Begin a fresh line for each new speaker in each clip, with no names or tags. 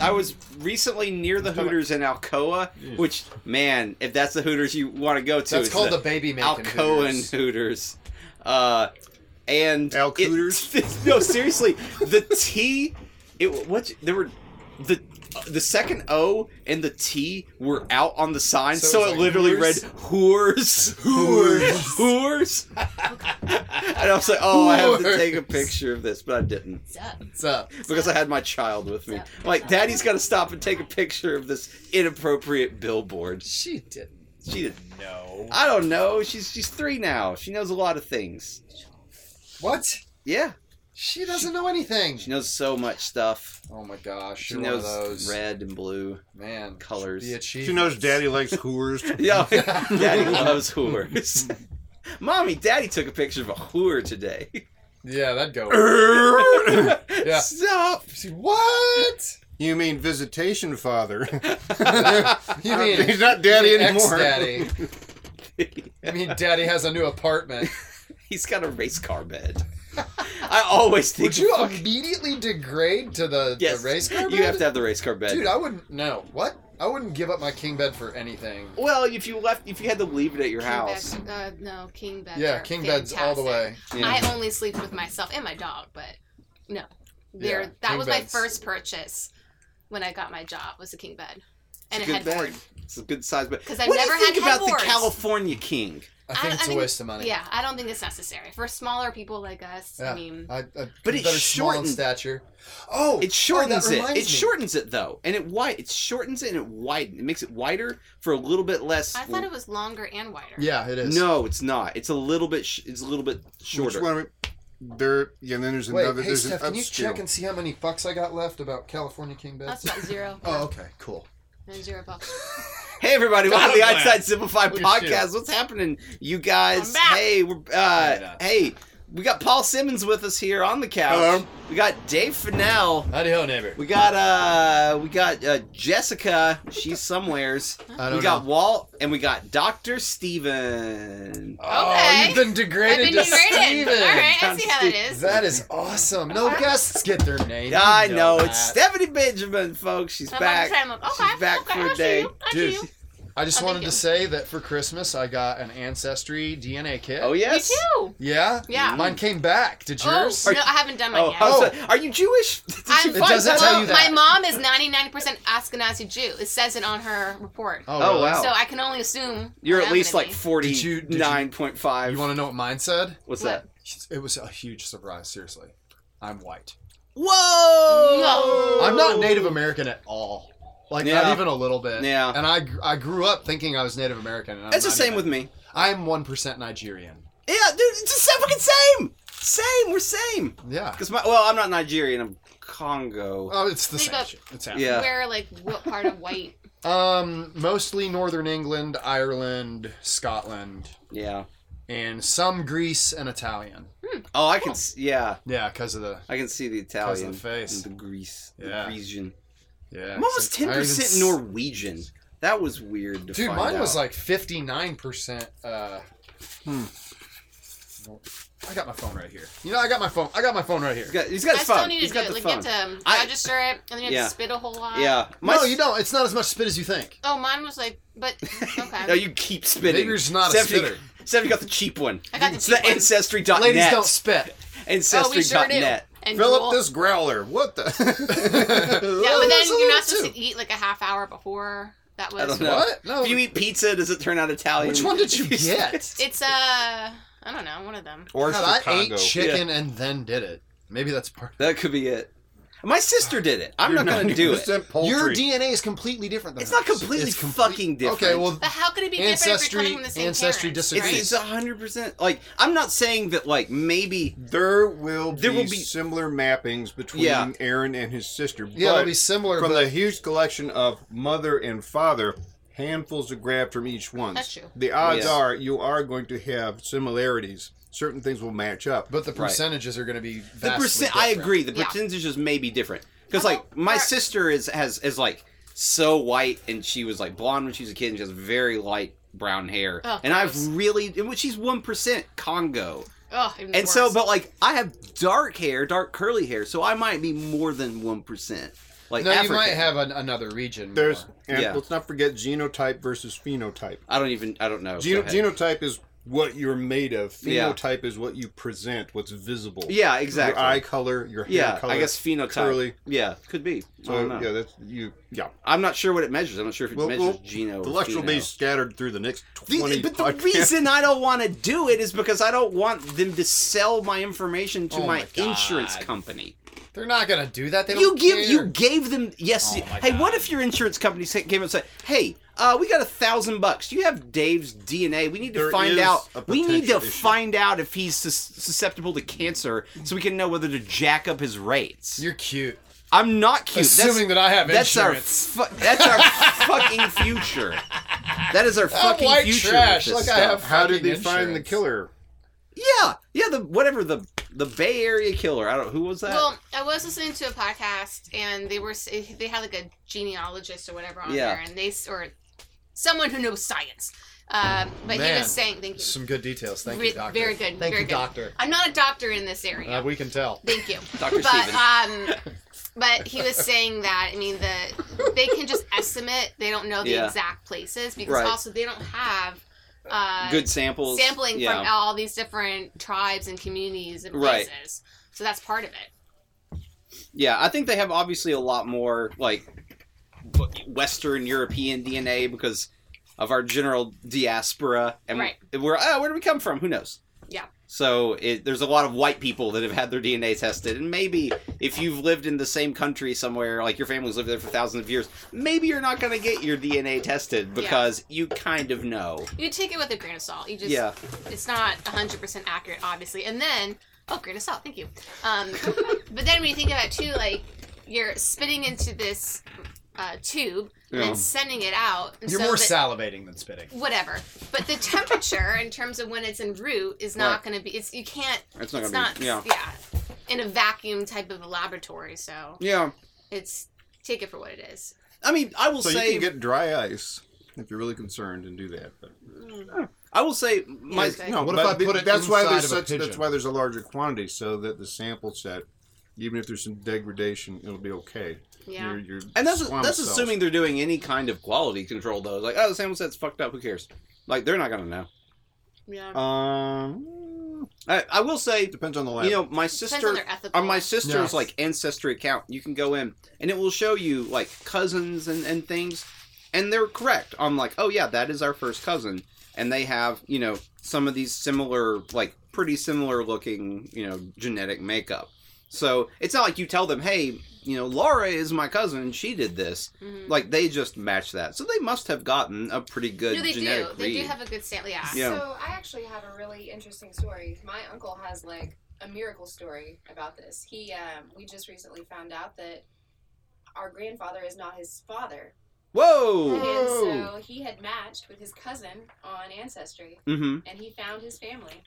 I was recently near the Hooters in Alcoa, which man, if that's the Hooters you want to go to,
That's
it's
called the baby making.
Alcoan Hooters. Uh, and
Al
it-
Cooters?
no, seriously, the T. It what there were the the second O and the T were out on the sign, so,
So it's
it
like
literally
Hooters?
read whores, whores, whores. and I was like, oh, I have to take a
Whores.
picture of this, but I didn't
What's up?
What's up?
because I had my child with me. I'm like, Daddy's got to stop and take a picture of this inappropriate billboard.
She didn't.
She did.
No.
I don't know. She's she's three now. She knows a lot of things.
What?
Yeah,
She doesn't know anything.
she knows so much stuff.
Oh my gosh,
She
you're one of
knows
those
red and blue
man
colors.
The achievement.
She knows Daddy likes whores.
Yeah, Daddy loves whores. Mommy, Daddy took a picture of a whore today.
Yeah, that'd go.
Er.
yeah. Stop.
See, what?
you mean visitation father?
You mean
He's not daddy
you mean
anymore.
ex-daddy. I mean, Daddy has a new apartment.
He's got a race car bed. I always think
Would you immediately degrade to the,
Yes,
the race car?
You
bed?
have to have the race car bed.
Dude, I wouldn't. No, what? I wouldn't give up my king bed for anything.
Well, if you left, if you had to leave it at your
King
house,
beds- uh, no, king beds.
Yeah,
are
king beds all the way.
fantastic.
Yeah.
I only sleep with myself and my dog, but no, there.
Yeah,
that
king
was my
beds.
first purchase when I got my job was a king bed, and
it's
it
a
had
good bed.
board.
It's a good size bed.
'Cause I've
what
never
do you
had
think
had
about the
boards.
California King?
I
I
think
don't-
it's
I
a
think-
waste of money.
Yeah, I don't think it's necessary for smaller people like us.
Yeah. Uh,
I mean,
I, I,
But
but
it
it's small in
shortened-
stature. Oh,
It shortens
oh, that
it. It
reminds me.
shortens it though, and it wide. It shortens it and it widens. It makes it wider for a little bit less.
I thought it was longer and wider.
Yeah, it is.
No, it's not. It's a little bit. Sh- it's a little bit shorter.
Which one? are we- There. Yeah. And then there's
Wait,
another.
hey
there's
Steph,
an
can you check
upscale.
and see how many bucks I got left about California king beds?
that's about zero.
Oh, okay, cool.
And zero bucks.
Hey everybody, welcome to the
Goddamn.
Outside Simplified
Look at
podcast. What's happening, you guys?
I'm back.
Hey, we're uh, hey, we got Paul Simmons with us here on the couch.
Hello.
We got Dave Fennell.
Howdy ho, neighbor.
We got uh we got uh, Jessica, she's somewheres.
I don't
We got
know.
Walt and we got Dr. Steven.
Oh,
Okay.
you've been degraded
I've
to
been degraded.
Steven.
All right, I
Down
see how that is.
That is awesome. No guests get their name. You
I know, it's
that.
Stephanie Benjamin, folks. She's
I'm
back.
trying to- okay,
She's back
okay,
for
I
a
see
day.
you, I see
Dude,
you.
I just
Oh,
wanted
thank
to
you.
say that for Christmas I got an ancestry DNA kit.
Oh yes.
Me too.
Yeah.
Yeah.
Mine came back. Did yours?
Oh, no, I haven't done mine
Oh,
yet.
I was like, are you Jewish? Did
I'm-
you
It
find
doesn't
that
tell
out?
you
My
that.
mom is 99% Ashkenazi Jew. It says it on her report.
Oh,
Oh,
really?
wow.
So I can only assume.
You're
what
at
I'm
least
gonna
like
be.
forty
Did you- did you-
nine point five.
You want to know what mine said?
What's
What?
that?
It was a huge surprise, seriously. I'm white.
Whoa!
I'm not Native American at all. Like
Yeah.
not even a little bit.
Yeah.
And I gr- I grew up thinking I was Native American. And I'm
It's the
not
same
even.
with me.
I'm one percent Nigerian.
Yeah, dude, it's the same fucking same. Same, we're same.
Yeah.
Cause my well, I'm not Nigerian. I'm Congo.
Oh, it's the
Leave
same
up.
shit. It's happening.
Yeah.
Where, like, what part of white?
Um, mostly Northern England, Ireland, Scotland,
yeah.
and some Greece and Italian.
Oh, I can. s Yeah,
Yeah, because of the
I can see the
because
Italian.
of the face.
The Greece.
Yeah.
The Grecian.
Yeah.
I'm almost
so-
ten
I even s-
percent Norwegian. That was weird. To
Dude,
find
mine
out.
was like fifty nine percent. Uh, I got my phone right here. You know, I got my phone. I got my phone right here.
He's got, he's got
I
his
still
phone.
need to
He's
do
got
it.
the
Like,
phone.
you have to
I-
register it, and then you have
Yeah.
to uh, spit a whole lot.
Yeah.
no, you don't. It's not as much spit as you think.
Oh, mine was like, but okay.
No, you keep spitting.
Nigger's not a
Stephanie-
spitter.
Stephanie got the cheap one.
I got the
it's
cheap
the
one.
ancestry.net.
Ladies don't spit.
oh, we sure
Ancestry.net.
do. And
Fill
Juul.
up this growler. What the?
Yeah, but then
That's a
you're
little
not supposed
too-
to eat like a half hour before. That was.
I don't know.
What? No.
If you eat pizza, does it turn out Italian?
Oh. Which one did you
If
get?
It's uh, I don't know, one of them.
or
God, I
Chicago.
ate chicken and then did it. Maybe that's part.
That could be it. My sister did it. I'm not going to do it.
90% poultry.
Your DNA is completely different. Than
It's not
ours.
completely
It's complete-
fucking different.
Okay, well,
But how could it be
Ancestry-
different if you're coming from the same
ancestry
parents,
disagrees.
it's
right?
it's a hundred percent. Like I'm not saying that. Like maybe
There will be,
There will be-
similar mappings between
Yeah.
Aaron and his sister.
yeah,
but
it'll be similar.
from
but
the huge collection of mother and father, handfuls are grabbed from each one.
That's true.
The odds
Yeah.
are you are going to have similarities. Certain things will match up.
But the
Right.
percentages are going to be
the
vastly
percent. I
different.
agree. The
Yeah.
percentages may be different because
How
like
about
my
our-
sister is has is like so white and she was like blonde when she was a kid and she has very light brown hair
Oh,
and
gross.
I've really and when she's one percent Congo
Oh, even
and so
worse.
but like I have dark hair, dark curly hair, so I might be more than one percent. Like
no,
Africa.
you might have an, another region.
There's
more.
and
Yeah.
let's not forget genotype versus phenotype.
I don't even. I don't know. Go
Geno-
ahead.
genotype is what you're made of.
Yeah.
Phenotype is what you present, what's visible.
Yeah, exactly.
Your eye color, your hair
yeah,
color.
I guess phenotype.
curly.
Yeah, could be. I
So
don't know.
yeah, that's you. Yeah,
I'm not sure what it measures. I'm not sure if it
Well,
measures
well,
geno.
the
or
lecture will
pheno.
be scattered through the next
The-
twenty.
but the
podcasts.
reason I don't want to do it is because I don't want them to sell my information to
Oh
my,
my God.
insurance company.
They're not gonna do that. They
You
don't
give
care.
you gave them yes.
Oh
you-
my
hey, what
God.
if your insurance company sa- came and said, "Hey, uh, we got a thousand bucks. You have Dave's DNA. We need to
There
find
is
out.
a
We need to
potential issue."
find out if he's sus- susceptible to cancer, so we can know whether to jack up his rates."
You're cute.
I'm not cute.
Assuming that I have
that's
insurance.
Our fu- that's our fucking future. That is our fucking
white
future.
trash,
With this
like I
stuff.
have-
How did they
Fucking
find the
insurance.
killer?
Yeah, yeah. The whatever the the Bay Area killer. I don't. Who was that?
Well, I was listening to a podcast, and they were s- eh, they had like a genealogist or whatever on
Yeah.
there, and they s- or someone who knows science. Um, but he
Man.
was saying, "Thank you,
Some good details. Thank
Re-
you, doctor.
very
Thank
good, very
you,
good.
doctor.
I'm not a doctor in this area.
Uh, we can tell.
Thank you."
Doctor
but
Steven.
um, but he was saying that I mean the they can just estimate. They don't know the
Yeah.
exact places because
Right.
also they don't have uh,
Good samples.
sampling
yeah.
from all these different tribes and communities and
Right.
places. So that's part of it.
Yeah, I think they have obviously a lot more like b- Western European DNA because of our general diaspora, and
Right.
we're oh, where do we come from? Who knows?
Yeah.
So it, there's a lot of white people that have had their DNA tested, and maybe if you've lived in the same country somewhere, like your family's lived there for thousands of years, maybe you're not going to get your DNA tested because you kind of know.
You take it with a grain of salt. You just
yeah.
it's not 100% accurate obviously. And then oh, grain of salt. Thank you. Um but then when you think about it too like you're spitting into this uh, tube
Yeah.
and sending it out. and
You're
so
more
the-
salivating than spitting.
whatever. But the temperature in terms of when it's en route is not going to be. It's you can't.
That's not
it's
gonna
not.
be-
yeah. In a vacuum type of a laboratory, so
Yeah.
it's take it for what it is.
I mean, I will
So
say
you can get dry ice if you're really concerned and do that. But
I will say my
Yeah,
no, what
But
if I
put it
That's why
inside
there's
of a
such. That's
pigeon.
why there's a larger quantity, so that the sample set, even if there's some degradation, it'll be okay.
Yeah.
Your- your
And that's
squamous
that's
cells.
assuming they're doing any kind of quality control though. Like, oh, the sample set's fucked up. Who cares? Like, they're not gonna know.
Yeah.
Um,
I, I will say,
depends on the lab.
you know, my
Depends on
sister,
their ethical.
on my sister's
Yes.
like ancestry account, you can go in and it will show you like cousins and and things, and they're correct on like, oh yeah, that is our first cousin, and they have you know some of these similar like pretty similar looking you know genetic makeup. So it's not like you tell them, hey, you know, Laura is my cousin. She did this.
Mhm.
Like they just match that, so they must have gotten a pretty good
no, they do.
genetic
They
read.
do have a good sample. Yeah.
Yeah.
So I actually have a really interesting story. My uncle has like a miracle story about this. He, um, we just recently found out that our grandfather is not his father,
Whoa.
and
Oh.
so he had matched with his cousin on Ancestry,
Mm-hmm.
and he found his family.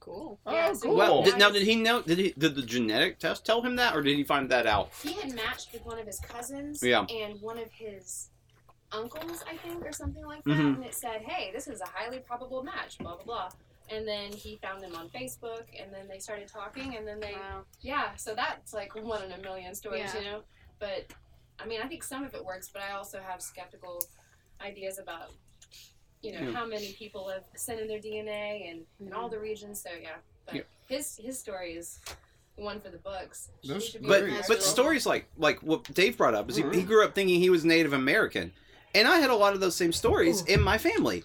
Cool.
Yeah,
Oh,
so
cool.
Well,
he,
did,
found
now
his-
did he know? Did he? Did the genetic test tell him that, or did he find that out?
he had matched with one of his cousins
Yeah.
and one of his uncles, I think, or something like that.
Mhm.
And it said, hey, this is a highly probable match, blah, blah, blah. And then he found them on Facebook, and then they started talking, and then they
Wow.
Yeah, so that's like one in a million stories,
Yeah.
you know. But I mean, I think some of it works, but I also have skeptical ideas about you know
Yeah.
how many people have sent in their DNA and, and
Mm-hmm.
all the regions. So yeah, but
Yeah.
his his story is the one for the books. He
Those-
should be
But
recognized
but
for-
stories like like what Dave brought up is he,
Mhm.
he
Mm-hmm.
grew up thinking he was Native American, and I had a lot of those same stories in my family.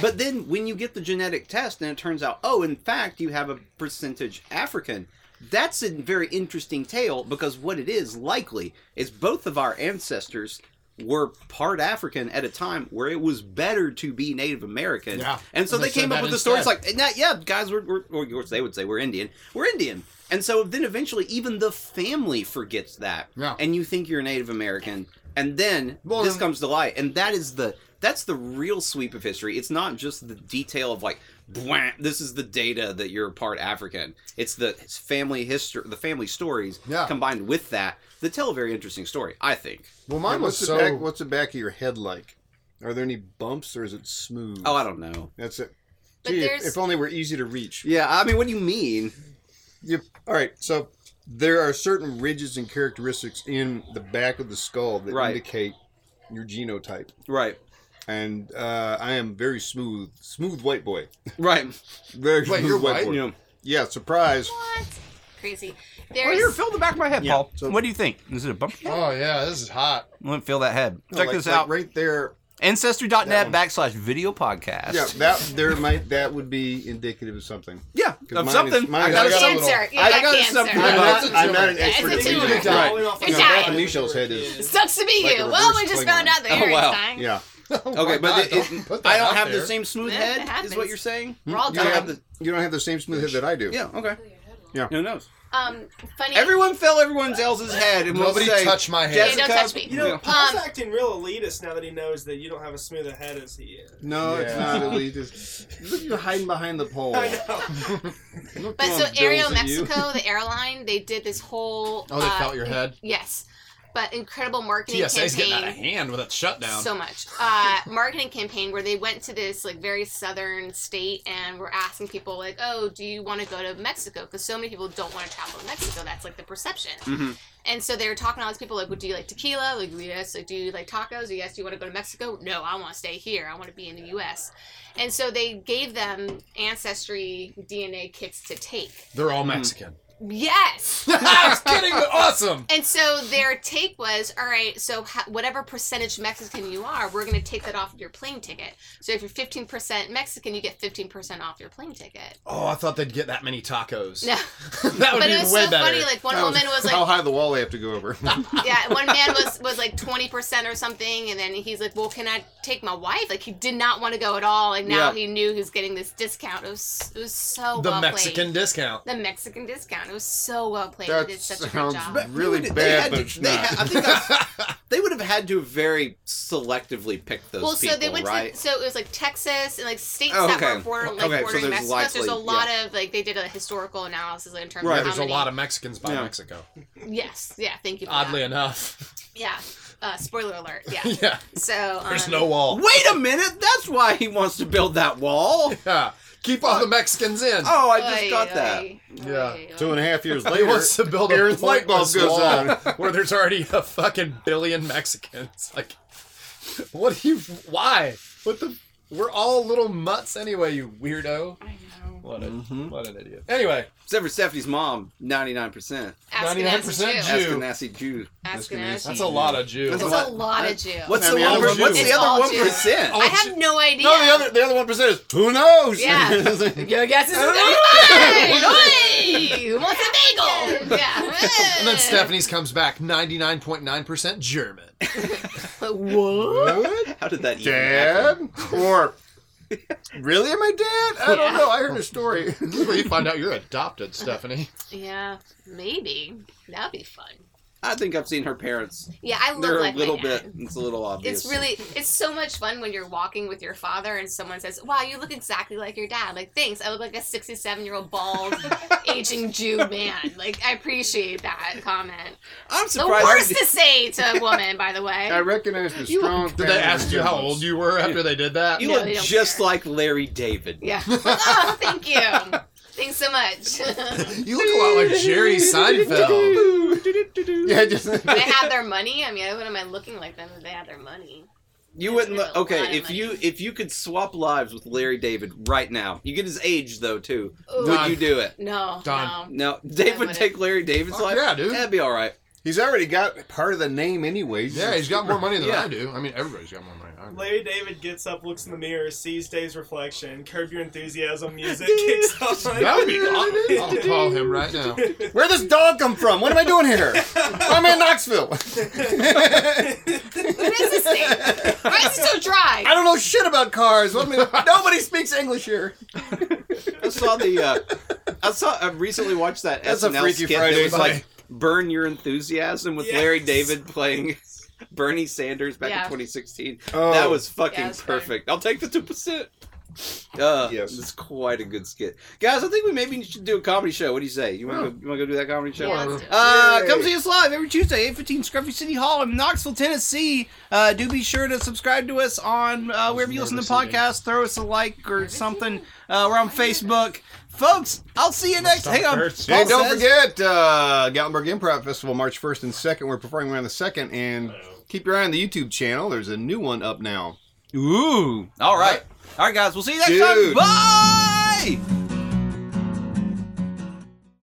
But then when you get the genetic test and it turns out, oh, in fact, you have a percentage African. That's a very interesting tale because what it is likely is both of our ancestors were part African at a time where it was better to be Native American.
Yeah.
And so
And
they,
they
came
said
up
that
with the
instead.
stories like, "Nah, yeah, guys, we're, we're, or of course they would say we're Indian. We're Indian. And so then eventually even the family forgets that.
Yeah.
And you think you're Native American. And then
Well, um,
this
then-
comes to light. And that is the that's the real sweep of history. It's not just the detail of like, "Bwah, this is the data that you're part African. It's the it's family history, the family stories
Yeah.
combined with that that tell a very interesting story, I think.
Well,
Now,
mine was
what's the
so.
back? What's the back of your head like? Are there any bumps or is it smooth?
Oh, I don't know.
That's it.
But
Gee, if,
there's-
if only we're easy to reach.
Yeah, I mean, what do you mean?
You, all right, so there are certain ridges and characteristics in the back of the skull that
Right.
indicate your genotype.
Right.
And uh, I am very smooth, smooth white boy.
Right.
Very
Wait,
smooth
you're
white,
white?
boy.
You know.
Yeah, surprise.
What? Crazy.
Oh, here,
There's
feel the back of my head,
Yeah.
Paul.
So-
what do you think? Is it a bump?
Oh yeah, this is hot.
Let me feel that head.
No,
Check
like-
this
like
out.
right there.
Ancestry.net
That one.
backslash video podcast.
Yeah, that there might that would be indicative of something.
Yeah,
'Cause
of
mine
something.
is- mine is-
I
I
got
got
a-
a little-
cancer. You
I
got
got
cancer. Uh-huh.
something-
I'm
That's
not,
a
I'm not
tumor.
an
That's
expert.
a
in
tumor.
these.
You're
Right.
You're
No,
dying.
Back of Michelle's head is.
Sucks to be
Like
you.
a
Well,
reverse
we just
Klingon.
found out that
Oh,
you're
wow.
dying.
Yeah,
oh
Okay, but it- it- I don't have the same smooth
Yeah, it
head. Is
happens.
what you're saying?
We're all
you don't,
Yeah.
dying.
have the, you don't have the same smooth head that I do.
Yeah. Okay. Who knows?
Um, funny.
Everyone fell everyone else's head, and
Nobody
we'll say,
touch my
Yeah,
hair.
Jessica,
don't touch me.
you
You know,
know,
Paul's
Um,
acting real elitist now that he knows that you don't have as smooth a head as he is.
No, it's
Yeah.
not elitist. Look, you're hiding behind the pole.
I know.
Look,
But
throwing
so Aerial
bills at you.
Mexico, the airline, they did this whole.
Oh, they
uh,
felt your head.
Yes, but incredible marketing
TSA's getting out of
campaign.
hand with that shutdown.
So much uh, marketing campaign where they went to this like very southern state and were asking people like, oh, do you want to go to Mexico? Because so many people don't want to travel to Mexico. That's like the perception.
Mhm.
And so they were talking to all these people like, well, do you like tequila? Like, yes. Like, do you like tacos? Yes. Do you want to go to Mexico? No, I want to stay here. I want to be in the U.S. And so they gave them ancestry DNA kits to take.
They're all Mexican.
Mm.
Yes.
I was kidding, but awesome.
And so their take was, all right, so ha- whatever percentage Mexican you are, we're going to take that off your plane ticket. So if you're 15% Mexican, you get 15% off your plane ticket.
Oh, I thought they'd get that many tacos.
No,
that would
but
be
it was
way
so
better.
funny. Like one
That
woman was
how
like,
high the wall they have to go over.
yeah, one man was was like 20% or something, and then he's like, well, can I take my wife? Like he did not want to go at all, and now
Yeah.
he knew he was getting this discount. It was it was so
the
well
Mexican discount.
played. The Mexican discount. It was so well played.
That
they did such a good
sounds
job.
But
Really
they would-
bad,
had
but
to-
it's
they
not.
had- I think that's- they would have had to very selectively pick those
well,
people,
so they went
right?
to so it was like Texas and like states
Oh,
that
okay.
were border,
Okay,
like
so
bordering
there's
Mexico. so there's a
likely-
lot of like they did a historical analysis like, in terms
Right.
of how
There's a
many.
lot of Mexicans by
Yeah.
Mexico.
yes, yeah. Thank you. For
Oddly
that.
enough.
yeah. Uh, spoiler alert. Yeah.
yeah.
So um,
There's no wall.
Wait a minute, that's why he wants to build that wall.
Yeah. Keep all the Mexicans in.
Oh, I just got that.
Yeah.
Two and a half years
He
later,
wants to build a
Aaron's
light
light bulb goes
wall
on.
where there's already a fucking billion Mexicans. Like, what do you? Why? What the? We're all little mutts anyway, you weirdo.
I know.
What a
Mhm.
what an idiot. Anyway,
Except for Stephanie's mom, 99%.
Ask
99%
an Nazi Jew.
Jew.
Askenazi Jew.
Ask an
Ashkenazi.
Nazi
that's
Jew.
a lot of Jews.
That's
It's a lot of Jew.
What's
Now,
the,
the
other,
other
one- what's
Jew. Oh.
the other
It's all Jew.
1%?
I have no idea.
No, the other the other one percent is who knows.
Yeah.
Yeah.
I guess it's Hey, hey, who wants a bagel? Yeah.
And then Stephanie's comes back ninety nine point nine percent German.
What?
How did that even happen?
Dad? Or really am I dad? I don't know. I heard a story.
This is where you find out you're adopted, Stephanie.
Yeah, maybe that'd be fun.
I think I've seen her parents.
Yeah, I love
They're a
like my
little
dad.
bit, it's a little obvious.
It's really, it's so much fun when you're walking with your father and someone says, "Wow, you look exactly like your dad." Like, thanks. I look like a 67 year old bald, aging Jew man. Like, I appreciate that comment.
I'm
The
surprised.
worst to say to a woman, by the
I
way.
recognize the strong.
Did they ask you how old you were after they did that?
You
No, they
look
don't
just
care.
like Larry David.
Yeah. oh, thank you. Thanks so much.
You look a lot like Jerry Seinfeld.
Yeah, just
they had their money. I mean, what am I looking like them if they had their money?
You wouldn't look
That's a lot of
okay if
money.
you if you could swap lives with Larry David right now. You get his age though too.
Ooh.
Would
Done.
you do it?
No,
Done.
no.
No, Dave would
wouldn't.
take Larry David's
Fuck
life.
yeah, dude.
that'd be all right.
he's already got part of the name anyways.
Yeah, he's got more money than
Yeah.
I do. I mean, everybody's got more money. than I do.
Larry David gets up, looks in the mirror, sees Dave's reflection, curb your enthusiasm music, kicks off.
That would be awesome. I'll call him right now.
Where'd this dog come from? What am I doing here? I'm in Knoxville.
What is this thing? Why is it so dry?
I don't know shit about cars. Let me, nobody speaks English here.
I saw the uh, I saw I recently watched that
That's a
SNL
Freaky
skit
Friday
that was
buddy.
like "Burn Your Enthusiasm" with
Yes.
Larry David playing Bernie Sanders back in
Yeah.
2016.
Oh.
That was fucking
Yeah, it was fun.
perfect. I'll take the two percent. Uh,
Yes.
it's quite a good skit, guys. I think we maybe should do a comedy show. What do you say? You want to go, you want to go do that comedy show?
Yeah, let's do it.
Uh,
Yay.
come see us live every Tuesday, 815 Scruffy City Hall in Knoxville, Tennessee. Uh, do be sure to subscribe to us on uh, wherever you listen to
Never seen
podcasts. Throw us a like or something. Uh, we're on Facebook.
folks, I'll see you next. Hang on.
Hurts.
Paul
And Oh. don't
says-
forget, uh, Gatlinburg Improv Festival, March 1st and 2nd. We're performing around the 2nd. And keep your eye on the YouTube channel. There's a new one up now.
Ooh. All right. All right, guys. We'll see you next
Dude.
time. Bye.